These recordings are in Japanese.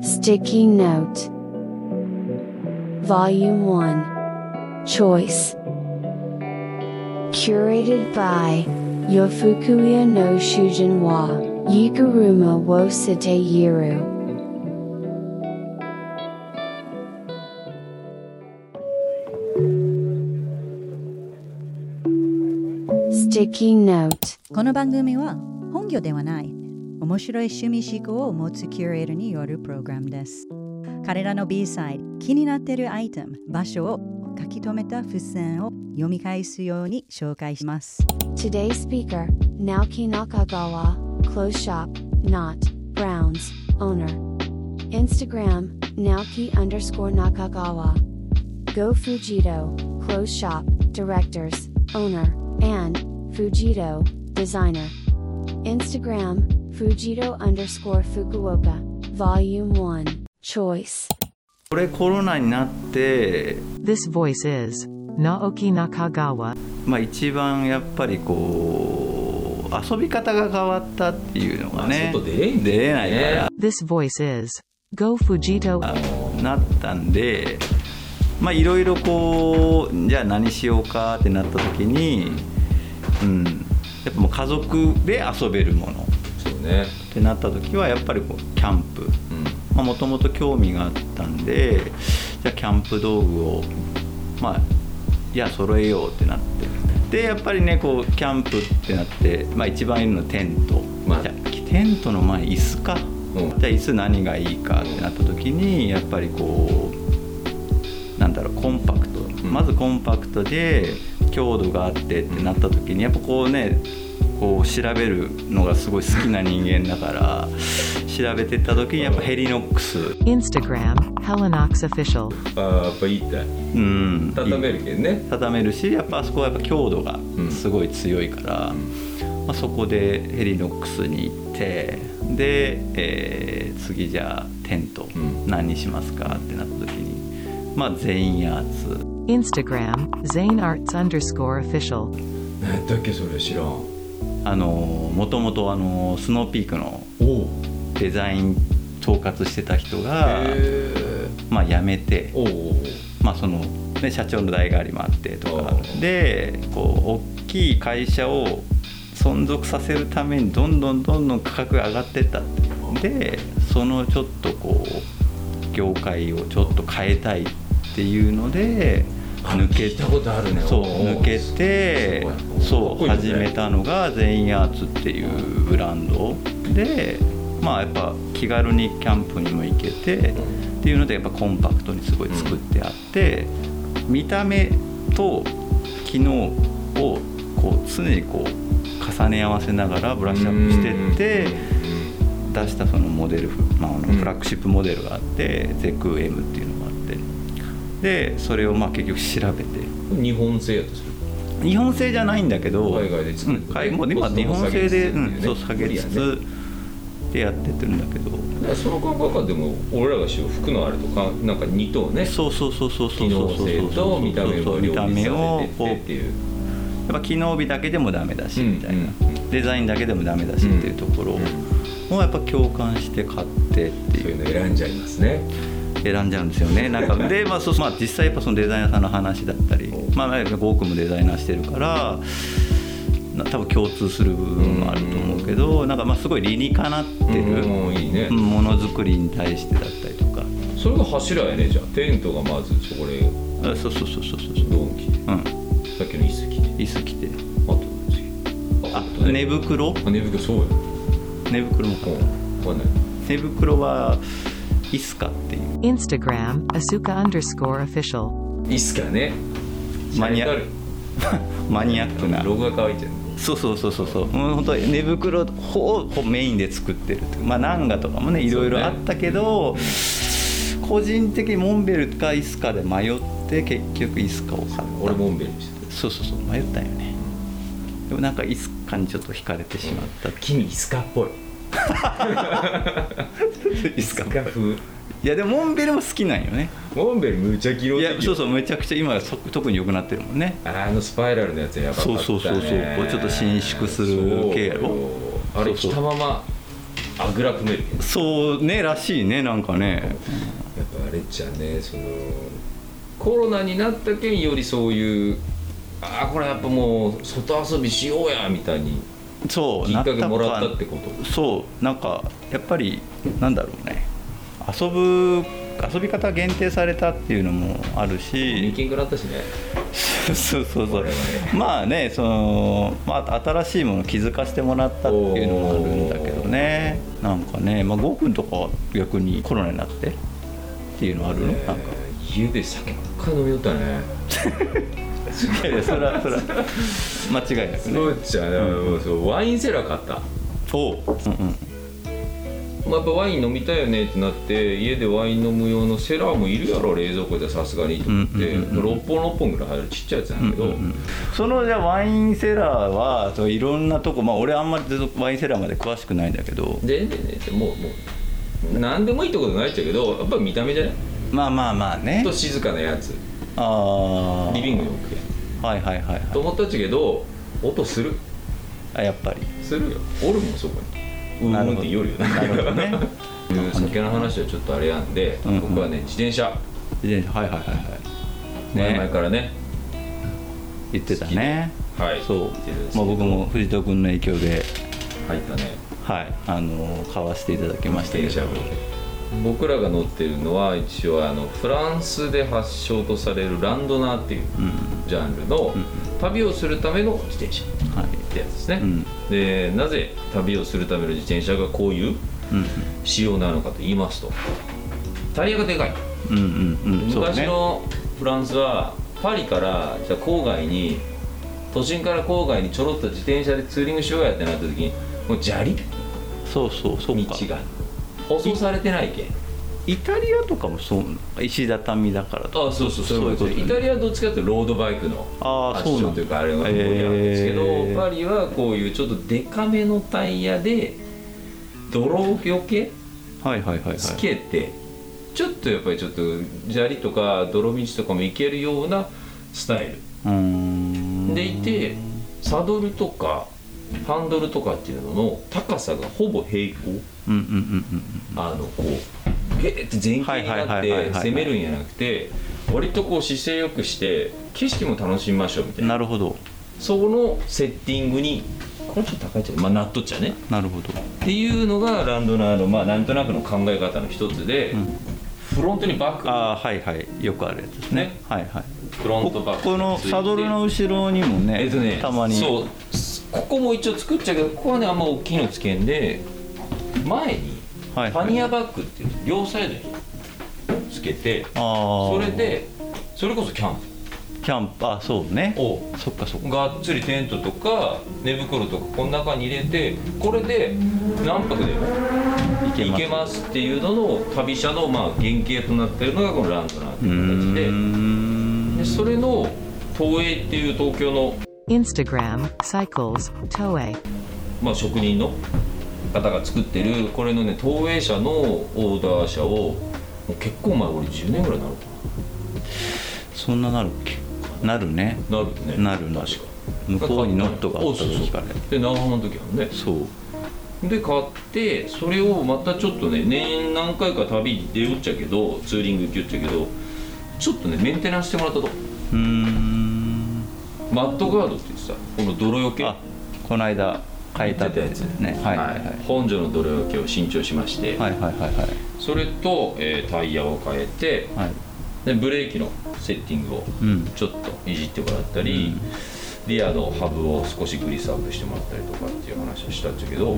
Sticky Note Volume 1 Choice Curated by Yofukuya no Shujin wa Yiguruma wo Site Yiru この番組は本業ではない面白い趣味思考を持つキュレーターによるプログラムです彼らの B サイド気になっているアイテム場所を書き留めた付箋を読み返すように紹介します Today's speaker, Naoki Nakagawa, clothes shop, not Browns, owner. Instagram, Naoki underscore Nakagawa. Go Fujito, clothes shop, directors, owner, and Fujito, designer. Instagram, Fujito underscore Fukuoka, volume 1, choice. これコロナになって、 This voice is Naoki Nakagawa. まあ、一番やっぱりこう遊び方が変わったっていうのがねまあ外出れんね出れないから、 This voice is Go Fujito. あのなったんでまあいろいろこうじゃあ何しようかってなった時にうんやっぱもう家族で遊べるものっそうね、てなった時はやっぱりこうキャンプうん、もともと興味があったんでじゃあキャンプ道具をまあいや揃えようってなってでやっぱりねこうキャンプってなって、まあ、一番いるのはテント、まあじゃあテントの前椅子か、うんじゃあ椅子何がいいかってなった時にやっぱりこうなんだろうコンパクト、んまずコンパクトで強度があってってなった時にやっぱこうねこう調べるのがすごい好きな人間だから調べてった時にやっぱヘリノックス Instagram, Helenox Official. あーやっぱいいってうん畳めるけんね畳めるしやっぱあそこはやっぱ強度がすごい強いから、まあ、そこでヘリノックスに行ってで、えー次じゃあテントん何にしますかってなった時にまあ全員アーツ Instagram, ZaneArts underscore official. 何やったっけそれ知らんおあのもともとあのスノーピークのおデザイン統括してた人が、へまあ、辞めてー、おうおうまあそのね、社長の代替わりもあってとかおうでこう大きい会社を存続させるためにどんどんどんどん価格が上がってったってでそのちょっとこう業界をちょっと変えたいっていうので抜け聞いたことあるねそうおう抜けてすごそいうかっこい始いよねめたのが全員アーツっていうブランドでまあやっぱ気軽にキャンプにも行けてっていうのでやっぱコンパクトにすごい作ってあって見た目と機能をこう常にこう重ね合わせながらブラッシュアップしてって出したそのモデル、まあ、あのうんフラッグシップモデルがあって、ゼク M っていうのがあってでそれをまあ結局調べて。うんうん日本製やとする日本製じゃないんだけど海外で作うるん海もう今日本製で、うん、そう下げつ無つでやってってるんだけど、だからその感覚はでも俺らがしよう服のあれとかなんか2頭ねそうそうそうそうそ機うそう能そう性そとう見た目そをう両見た立目さをせてこうってってやいうっぱ機能美だけでもダメだしうんみたいな、うんデザインだけでもダメだしっていうところをやっぱ共感して買ってってそいういううの選んじゃいますね選んじゃうんですよねなんかで、まあそうまあ、実際やっぱそのデザイナーさんの話だったり、まあ、なんか多くもデザイナーしてるからな多分共通する部分はあると思うけどなんかまあすごい理にかなってるうんいいねうんものづくりに対してだったりとかそれが柱やねじゃあテントがまずチョコレーあそうそうそうそうそうトドンキうんさっきの椅子着て椅子着てあと次あと寝袋あ寝袋そうや寝袋もうんわかんない寝袋はイスカっていう Instagram, Asuka underscore official. いいっすかねマニアシャレマニアックたるなロゴが乾いてるそうそうそうそうそうもう本当に寝袋をこうメインで作ってるっていうまあナンガとかもねいろいろあったけど、個人的にモンベルかイスカで迷って結局イスカを買った俺モンベルにしてそうそうそう迷ったよねでもなんかイスカにちょっと惹かれてしまった、た君イスカっぽいイスカ イ風いやでもモンベルも好きなんよねモンベルむちゃ黄い色的よやそうそうめちゃくちゃ今そ特に良くなってるもんねあのスパイラルのやつやばかったねそうそうそうそうこうちょっと伸縮する系やろそうあれそうそう着たままあぐら組めるけどそうねらしいねなんかねやっぱあれっちゃねそのコロナになったけんよりそういうああこれやっぱもう外遊びしようやみたいにそうきっかけなもことらはったってことそうなんかやっぱりなんだろうね遊ぶ遊び方が限定されたっていうのもあるミーしティングだったしねそうそうそう我々まあねその、まあ、新しいもの気づかせてもらったっていうのもあるんだけどねなんかね、まあ、ゴーくんとかは逆にコロナになってっていうのあるの、えなんかーゆうべ酒ばっかり飲みよったねいやいやそれはそれは間違いなくねそうっちゃね、もうそうワインセラー買ったそう、うんうん、まあ、やっぱワイン飲みたいよねってなって家でワイン飲む用のセラーもいるやろ冷蔵庫でさすがにと思ってうんうんうん6本6本ぐらい入るちっちゃいやつなんだけど、そのじゃあワインセラーはそういろんなとこまあ俺あんまりずっとワインセラーまで詳しくないんだけど全然ねもうもう何でもいいってことないっちゃうけどやっぱ見た目じゃないまあまあまあねちょっと静かなやつああリビングに置くやんはいはいはいはいと思ったっちゃけど音するあやっぱりするよおるもんそこにうなるーほんどって言おるよなるほど ねうん酒の話はちょっとあれやんで、うんうん僕はね自転車自転車はいはいはいはい前々ねからね言ってたねはいそう言ってるんですけまどあ僕も藤戸君の影響で入ったねはいあの買わせていただきましたけ自ど転車部僕らが乗ってるのは一応あのフランスで発祥とされるランドナーっていううんジャンルのん旅をするための自転車っはいてやつですね、うんでなぜ旅をするための自転車がこういううん仕様なのかと言いますとタイヤがでかいうんうんうんそうだ昔ねのフランスはパリからじゃあ郊外に都心から郊外にちょろっと自転車でツーリングしようやってなった時にもう砂利そうそうそうか道が舗装されてないけんイタリアとかもそう石畳だからとあそうそうそうそういうことねイタリアはどっちかっていうとロードバイクのあー発そうな祥んだというかあれの方にあるんですけど、へーパリはこういうちょっとデカめのタイヤで泥よけはいはいはいはいつけて、ちょっとやっぱりちょっと砂利とか泥道とかも行けるようなスタイルうーんでいてサドルとかハンドルとかっていうのの高さがほぼ平行うんうんうんうんあのこうへーって前傾になはっいはいはいはいはてい攻めるんじゃなくて割とこう姿勢よくして景色も楽しみましょうみたういんななるほどそのセッティングにこれちょっと高いっちゃうまあなっとっちゃうねなるほどっていうのがランドナーのまあなんとなくの考え方の一つで、んフロントにバックああはいはいよくあるやつですねねはいはいフロントバッこクこのついてサドルの後ろにもね,、えっとねたまにそうすここも一応作っちゃうけどここはねあんま大きいのつけんで前にはいパニアバッグっていう両サイドにつけてあそあれでそれこそキャンプキャンプあそうねをそっかそっかがっつりテントとか寝袋とかこの中に入れてこれで何泊でもい行けますっていうのの旅者のまあ原型となってるのがこのランドナーってうーいう形んででそれの東映っていう東京の Instagram, Cycles, Toei. まあ、職人の方が作ってるこれのね投影者のオーダー車をもう結構前俺10年ぐらいになるそんななるっけなるねなるねなるなる確か向こうにノットがあった時からおそうそうで長浜の時はねそうで買ってそれをまたちょっとね年何回か旅に出よっちゃけどツーリング行きよっちゃけどちょっとねメンテナンスしてもらったとうーんマットガードって言ってさこの泥よけあこの間変えたってやつねはいはいはい本所の泥よけを新調しまして、はいはいはいはいそれと、えータイヤを変えてはいでブレーキのセッティングをうんちょっといじってもらったり、リアのハブを少しグリスアップしてもらったりとかっていう話をしたんだけど、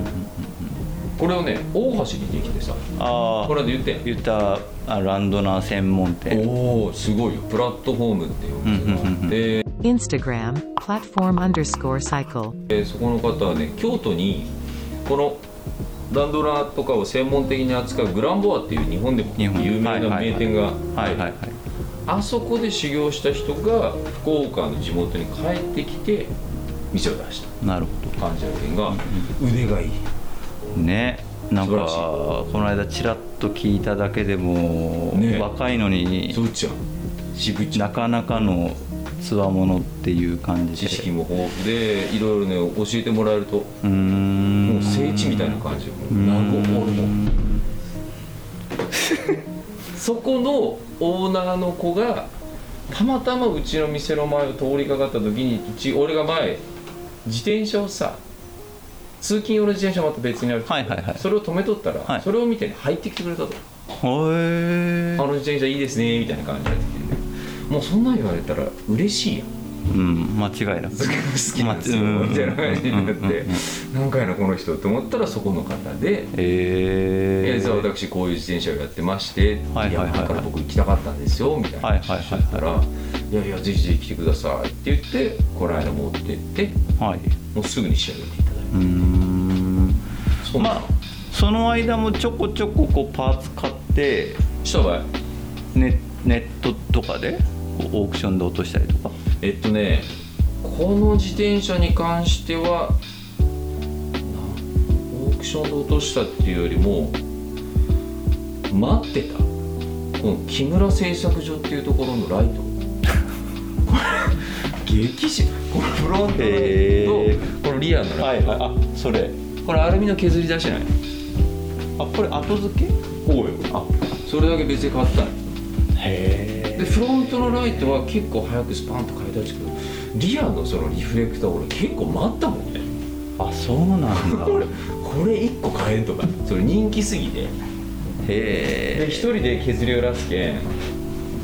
これをね大橋にできてさああこれで言って言ったあランドナー専門店おおすごいよプラットフォームっていうお店があって、 Instagram, platform underscore cycle. でそこの方はね京都にこのランドラーとかを専門的に扱うグランボアっていう日本でも日本有名な名店がはいはいはいあそこで修行した人が福岡の地元に帰ってきて店を出したなるほ感じの件が腕がいいどねなんか素晴らしいこの間ちらっと聞いただけでも、ね若いのにそうちゃん渋ちゃなんかなかのつわものっていう感じで知識も豊富でいろいろね教えてもらえるとうーんもう正聖地みたいな感じもううん名古屋も うそこのオーナーの子がたまたまうちの店の前を通りかかった時にうち俺が前自転車をさ通勤用の自転車また別にある、はいはいはいそれを止めとったら、はいそれを見てね入ってきてくれたと。ほえあの自転車いいですねみたいな感じになってきてもうそんなん言われたら嬉しいやんうん間違 いなく好きなんですようんみたいな感じになっうんうんうんて何回なこの人って思ったらそこの方で「ええー、ー実は私こういう自転車をやってまして」って「はいいはやいはいはいだから僕行きたかったんですよ」みたいな話をしたら「いやいやぜひぜひ来てください」って言ってこの間持ってってはいもうすぐに仕上げていただいうーんたそんなまあその間もちょこちょここうパーツ買ってした場合ネネットとかでこうオークションで落としたりとかえっとねこの自転車に関してはなオークションで落としたっていうよりも待ってたこの木村製作所っていうところのライトこれ 激しこのフロントラへイートとこのリアのライト、はいあそれこれアルミの削り出してないあこれ後付けおいあそれだけ別に買ったのへでフロントのライトは結構早くスパンと変えたんですけどリアのそのリフレクター俺結構待ったもんねあそうなん だこれこれ1個買えんとかそれ人気すぎてでへえ一人で削りを出すけん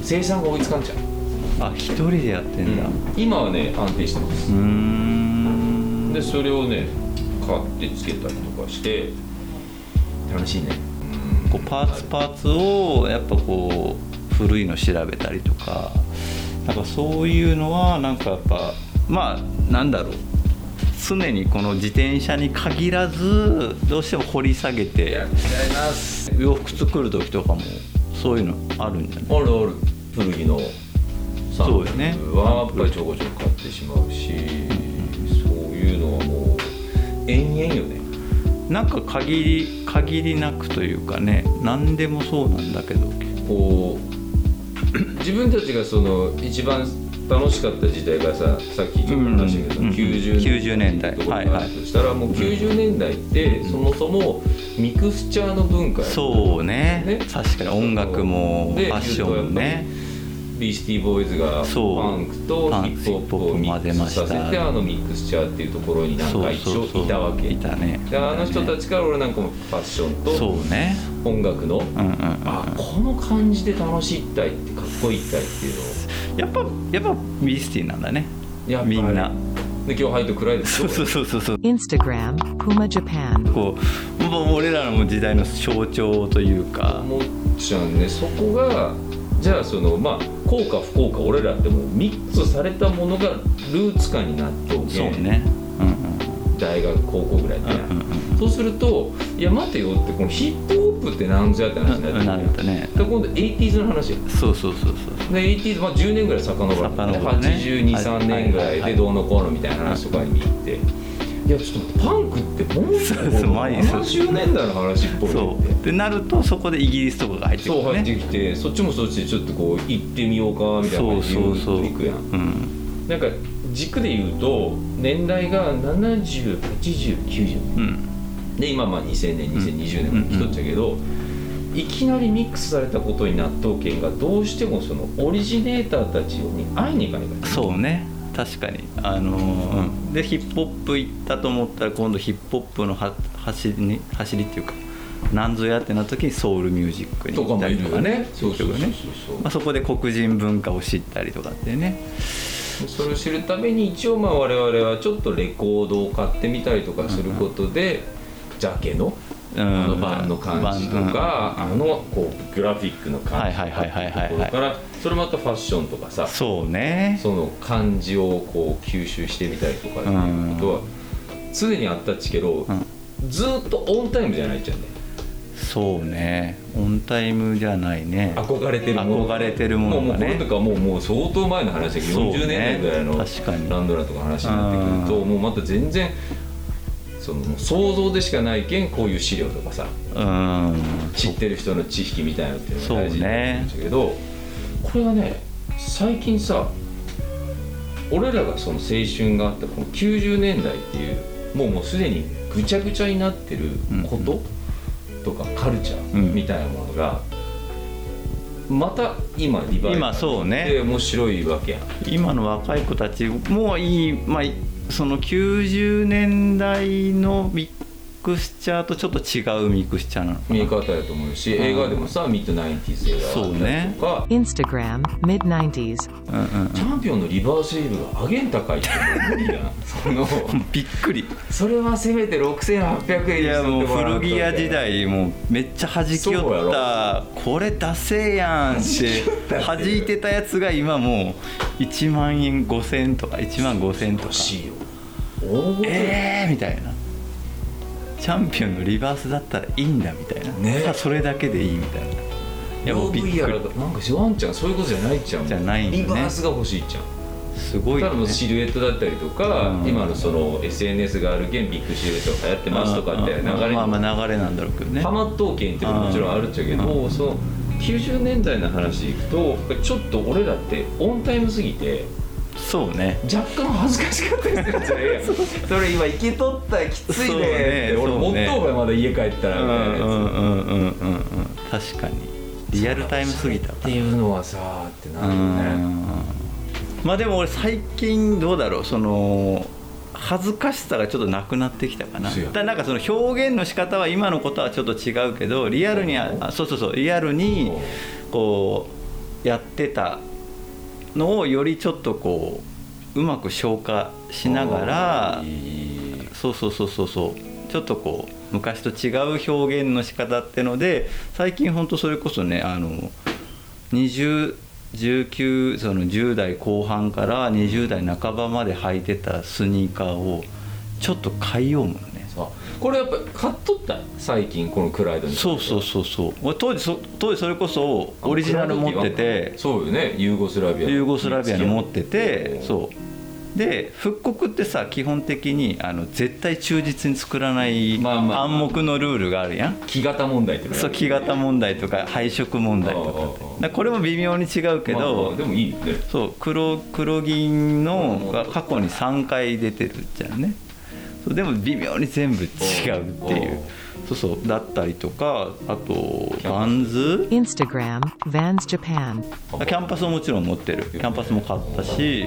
生産が追いつかんじゃん、あ一人でやってんだ今はね安定してまうすーんでそれをね買ってつけたりとかして楽しいねこうパーツパーツをやっぱこう古いの調べたりとかなんかそういうのはなんかやっぱまあなんだろう常にこの自転車に限らずどうしても掘り下げています洋服作る時とかもそういうのあるんじゃないあるある古着のサンそうプよねルはやっぱりちょこちょこ買ってしまうしそういうのはもう延々よねなんか限り限りなくというかね何でもそうなんだけどこう 自分たちがその一番楽しかった時代がささっきちょっと話したけど、うんうんうん90 90年年代代とかがあるとしたら、もう90年代ってそもそもミクスチャーの文化やそうねね確かに音楽もフでァッションもねビースティーボーイズがパそうンクとパンヒップホップをミックスヒップホさせップを混ぜましてたあのミックスチャーっていうところになんか一そうそうそ応ういたわけいたねであの人たちから俺なんかもファッションそとうね音楽の、うんうんうんあこの感じで楽しいったいってかっこいいったいっていうのをやっぱやっぱビースティーなんだねやっぱりみんなで今日入って暗いでそうすよそうそうそうそう Instagram, Puma Japan. こうもう俺らの時代の象徴というかもっちゃんねそこがじゃあそのまあ効果不効果俺らってもうミックスされたものがルーツ感になっておそうけ、ねうん大学高校ぐらいで、うんうんそうするといや待てよってこのヒップホップってなんぞやって話うにんなうんなるってほどくるねで今度 80s の話やそうそうそうそうで 80s、まあ、10年ぐらい遡る遡るね823年ぐらいはいはいはでいどうのこうのみたいな話とかに行って、いやちょっとパンクってもうそうそう前に70年代の話っぽいそっうてってなるとそこでイギリスとかが入ってくそうる入ってねきて、そっちもそっちでちょっとこう行ってみようかみたいなそ感うじでそうそう行くやんうんなんか軸で言うと年代が708090うんで今まあ2000年2020年も来とっちゃけど、いきなりミックスされたことに納豆圏がどうしてもそのオリジネーターたちに会いに行かないからそうね確かにあのーうんでヒップホップ行ったと思ったら今度ヒップホップのは走りに走りっていうかなんぞやってなった時にソウルミュージックにとか行っもたいりるとよかねねそうそうそう結そう局ねまあ、そこで黒人文化を知ったりとかってねそれを知るために一応まあ我々はちょっとレコードを買ってみたりとかすることで、ジャケのうんあのバンの感じとか、バンあのこうグラフィックの感じとかはいはいはいはいはいはいっていうところからそれまたファッションとかうさんそうねその感じをこう吸収してみたりとかっていうことは常にあったっちけど、んずーっとオンタイムじゃないじゃんねそうねオンタイムじゃないね憧れてるもの憧れてるものもがうもうこねれとかもうもう相当前の話だけど、そうね40年代ぐらいの確かにランドラとかの話になってくるともうまた全然そのもう想像でしかないけんこういう資料とかさうん知ってる人の知識みたいなのっていうのが大事になってくるんだそけど、これはね最近さ俺らがその青春があったこの90年代っていうもうもうすでにぐちゃぐちゃになってることとかカルチャーみたいなものがまた今リバイバ今ルそうねで面白いわけやん今の若い子たちもいい、まあ、その90年代のミックスチャーとちょっと違うミックスチャーなのか見えな方やと思うし映画でもさミッドナインティーズ映画そうだったりねとか、 Instagram, mid 90s. うんうんチャンピオンのリバーシーブがアゲン高いってもう無理やんその びっくりそれはせめて6800円いにやしもうとってもら古うと着屋時代もうめっちゃ弾きそう寄っやたこれダセえやんって弾いてたやつが今もう1万円5000円とか1万5000円と欲かしいよ大ごとえーみたいなチャンピオンのリバースだったらいいんだみたいな、ねさそれだけでいいみたいないやもうびっ UV やくらりなんかワンちゃんそういうことじゃないじゃんじゃないよねリバースが欲しいじゃんすごい多よね分シルエットだったりとか、うん今のその SNS がある現ビッグシルエットが流行ってますとかって流れうにんまあまあ流れなんだろうけどねハマっとうけんっていうのももちろんあるっちゃけど、うその90年代の話でいくとちょっと俺らってオンタイムすぎてそうね若干恥ずかしかったりするんじゃない やんそれ今生きとったらきついねってそうね俺そう持っねとうがまだ家帰ったうらんうみたいんなうやつんうんうんうん確かにリアルタイムすぎたっていうのはさってなるよねまあでも俺最近どうだろうその恥ずかしさがちょっとなくなってきたかなそうやただなんかその表現の仕方は今のことはちょっと違うけどリアルにああそうそうそうリアルにこうやってたのをよりちょっとこううまく消化しながらそうそうそうそうそうちょっとこう昔と違う表現の仕方ってので最近ほんとそれこそねあの2019その10代後半から20代半ばまで履いてたスニーカーをちょっと変えようもんねさこれやっぱ買っとった最近このクライドにそうそうそうそう俺当時そ当時それこそオリジナル持っててそうよねユーゴスラビアユーゴスラビアの持っててうんそうで復刻ってさ基本的にあの絶対忠実に作らないまあまあ暗黙のルールがあるやん、木型問題ってのがそう木型問題とか配色問題とかってあああああだあからこれも微妙に違うけまあまど、あでもいいよねそう黒黒銀のあがあ過去に3回出てるじゃんねそうでも微妙に全部違うっていうそうそうだったりとかあとバンズ Instagram, Vans Japan. あキャンパスももちろん持ってるキャンパスも買ったし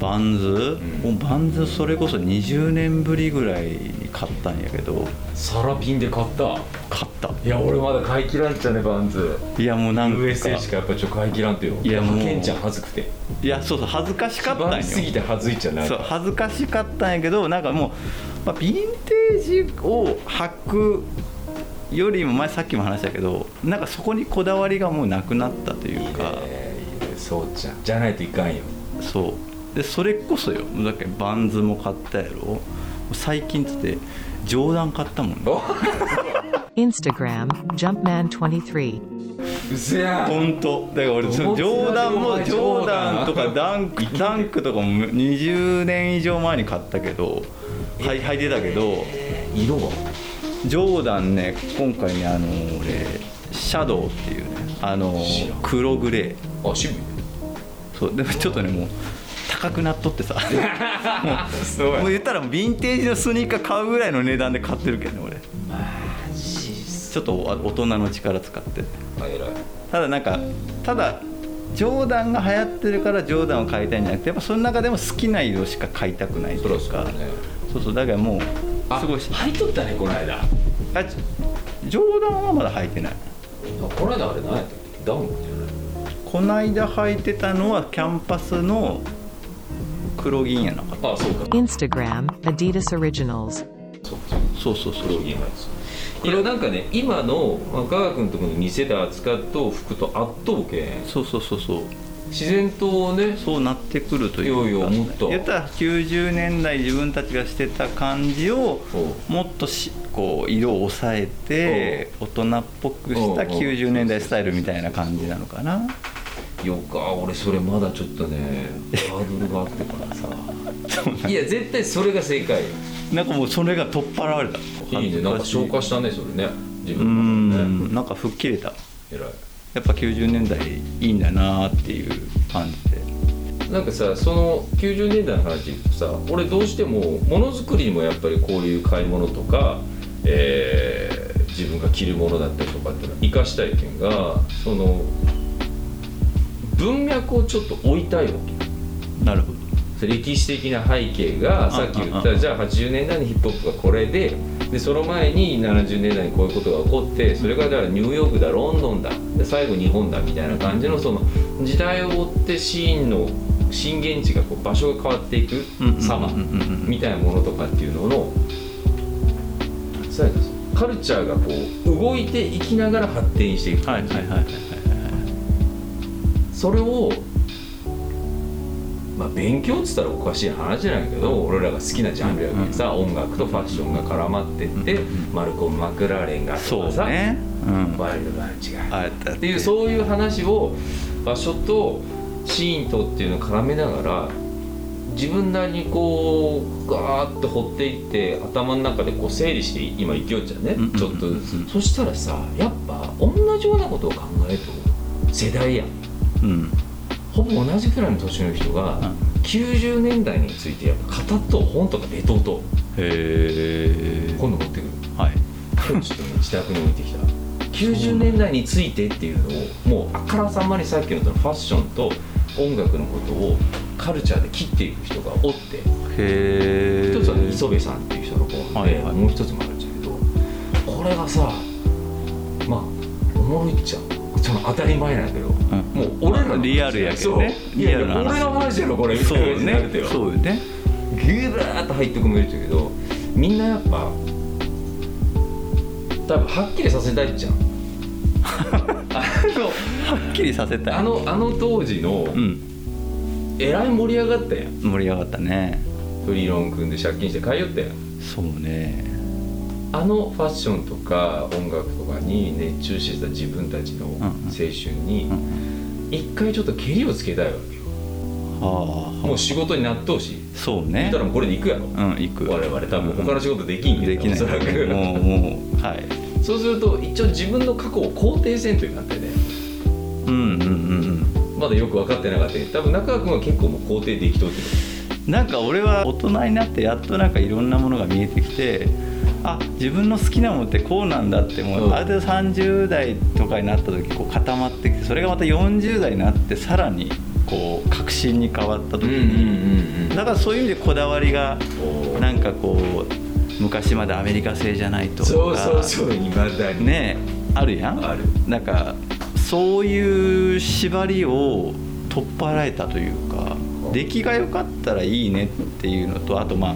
バンズ、もうバンズそれこそ20年ぶりぐらいに買ったんやけどサラピンで買った買ったいや俺まだ買い切らんちゃねバンズいやもうなんか USA しかやっぱちょっと買い切らんとよいやもうケンちゃん恥ずくていやそうそう恥ずかしかったんバンズすぎよて恥ずいちゃないそう恥ずかしかったんやけどなんかもう、まあ、ヴィンテージを履くよりも前さっきも話したけどなんかそこにこだわりがもうなくなったというかえーいいねそうちゃんじゃないといかんよそうでそれこそよだっけバンズも買ったやろ最近っつってジョーダン買ったもんねお Instagram, Jumpman 23. うせやん本当だから俺どうそのジョーダンもジジョョーーダダンンとか ダンクダンクとかも20年以上前に買ったけどはい履いてたけど色はジョーダンね今回ねあの俺シャドウっていうねあの知らん黒グレーあ渋いそうでもちょっとねもう高くなっとって さそうもう言ったらもうヴィンテージのスニーカー買うぐらいの値段で買ってるけどね俺ちょっとお大人の力使ってあ偉いただなんかただジョーダンが流行ってるからジョーダンを買いたいんじゃなくてやっぱその中でも好きな色しか買いたくないそとろいうそろかねそうそうだからもうあすごいし履いとったねこの間ああジジョーダンはまだ履いてないこの間あれ何やったっけダウンじゃないこないだ履いてたのはキャンパスの黒銀やなかったあそうか Instagram, Adidas Originals. そうかそそうかうそうそう黒銀なんですいやなんかね今のまあ科学のところの店で扱っとう服とあっとうけんそうそうそうそう自然とねそうなってくるというかいやいやもっと言ったら90年代自分たちがしてた感じをそうもっとしこう色を抑えて大人っぽくしたうんうん90年代スタイルみたいな感じなのかなよか俺それまだちょっとねハードルがあってからさいや絶対それが正解なんかもうそれが取っ払われたいいねなんか消化したねそれね自う分の中でねんなんか吹っ切れた偉いやっぱ90年代いいんだなっていう感じでなんかさその90年代の話でいくとさ俺どうしてもものづくりにもやっぱりこういう買い物とか、えー自分が着るものだったりとかっていうのは生かしたいけんがその文脈をちょっと置いたいわけなるほど歴史的な背景がさっき言っうんうんうたんじゃあ80年代にヒップホップがこれででその前に70年代にこういうことが起こってそれがだからニューヨークだロンドンだで最後日本だみたいな感じのその時代を追ってシーンの震源地がこう場所が変わっていく様うんうんうんうんみたいなものとかっていうののそうやなカルチャーがこう動いていきながら発展していくはいはいはいはいはいそれを、まあ、勉強っつったらおかしい話なんやけど俺らが好きなジャンルやけどさ、音楽とファッションが絡まってって、マルコム・マクラーレンがとそかさ、うねうんワイルドな違いあだっっていうそういう話を場所とシーンとっていうのを絡めながら自分なりにこうガーッと掘っていって頭の中でこう整理して今勢いちゃうねうんうんうんうんちょっとずつそしたらさやっぱ同じようなことを考えると世代やんうんほぼ同じくらいの年の人が、90年代についてやっぱ語っとう本とかレトーとへえ今度持ってくるはい今日ちょっとね自宅に置いてきた90年代についてっていうのをもうあからさまにさっきのそのファッションと音楽のことをカルチャーで切っていく人がおってへえ一つはね磯部さんっていう人の本で、はいはいもう一つもあるんだけどこれがさまあおもろいっちゃその当たり前なんだけど、もう俺らの話リアルやけどねそういやリいアルな話や俺の話やろこれみそたういな感じになるねとよそうよねギューッと入ってくもいるけどみんなやっぱ多分はっきりさせたいじゃんあはっきりさせたいのあのあの当時のうんえらい盛り上がったやん盛り上がったねフリーロン君で借金して買いよったやんそうねあのファッションとか音楽とかに熱中してた自分たちのんうん青春にう一回ちょっとケリをつけたいわけよはあもう仕事になっとうしそう言ねったらもうこれで行くやろうん行く我々多分うん他の仕事できんけどできないおそらくもうもうはいそうすると一応自分の過去を肯定せんというなってねうんうんうんまだよく分かってなかったけど多分中川君は結構もう肯定できとってうんなんか俺は大人になってやっとなんかいろんなものが見えてきてあ自分の好きなものってこうなんだってもう、うんある程度30代とかになった時こう固まってきてそれがまた40代になってさらにこう確信に変わった時に、だからそういう意味でこだわりがおーなんかこう昔までアメリカ製じゃないとかそうそうそういまだにねあるやんあるなんかそういう縛りを取っ払えたというか出来が良かったらいいねっていうのとあとまあ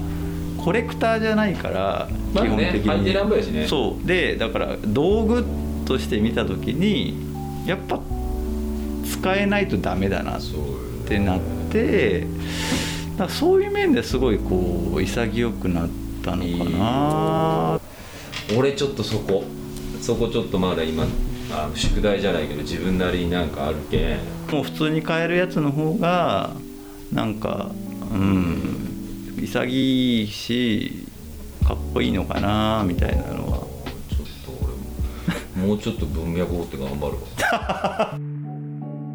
コレクターじゃないから基まあね本的ハイテナンバーやしに、ねそうでだから道具として見た時にやっぱ使えないとダメだなっそうてなってだからそういう面ですごいこう潔くなったのかな俺ちょっとそこそこちょっとまだ今あの宿題じゃないけど自分なりになんかあるけんもう普通に買えるやつの方がなんかうん潔いしかっこいいのかなみたいなのはちょっと俺ももうちょっと文脈を追って頑張るわ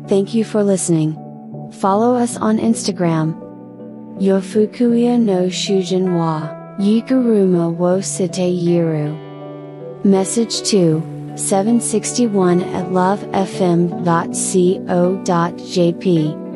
Thank you for listening. Follow us on Instagram. Yofukuya no shujin wa yikuruma wo site yiru. Message to 761 at lovefm.co.jp.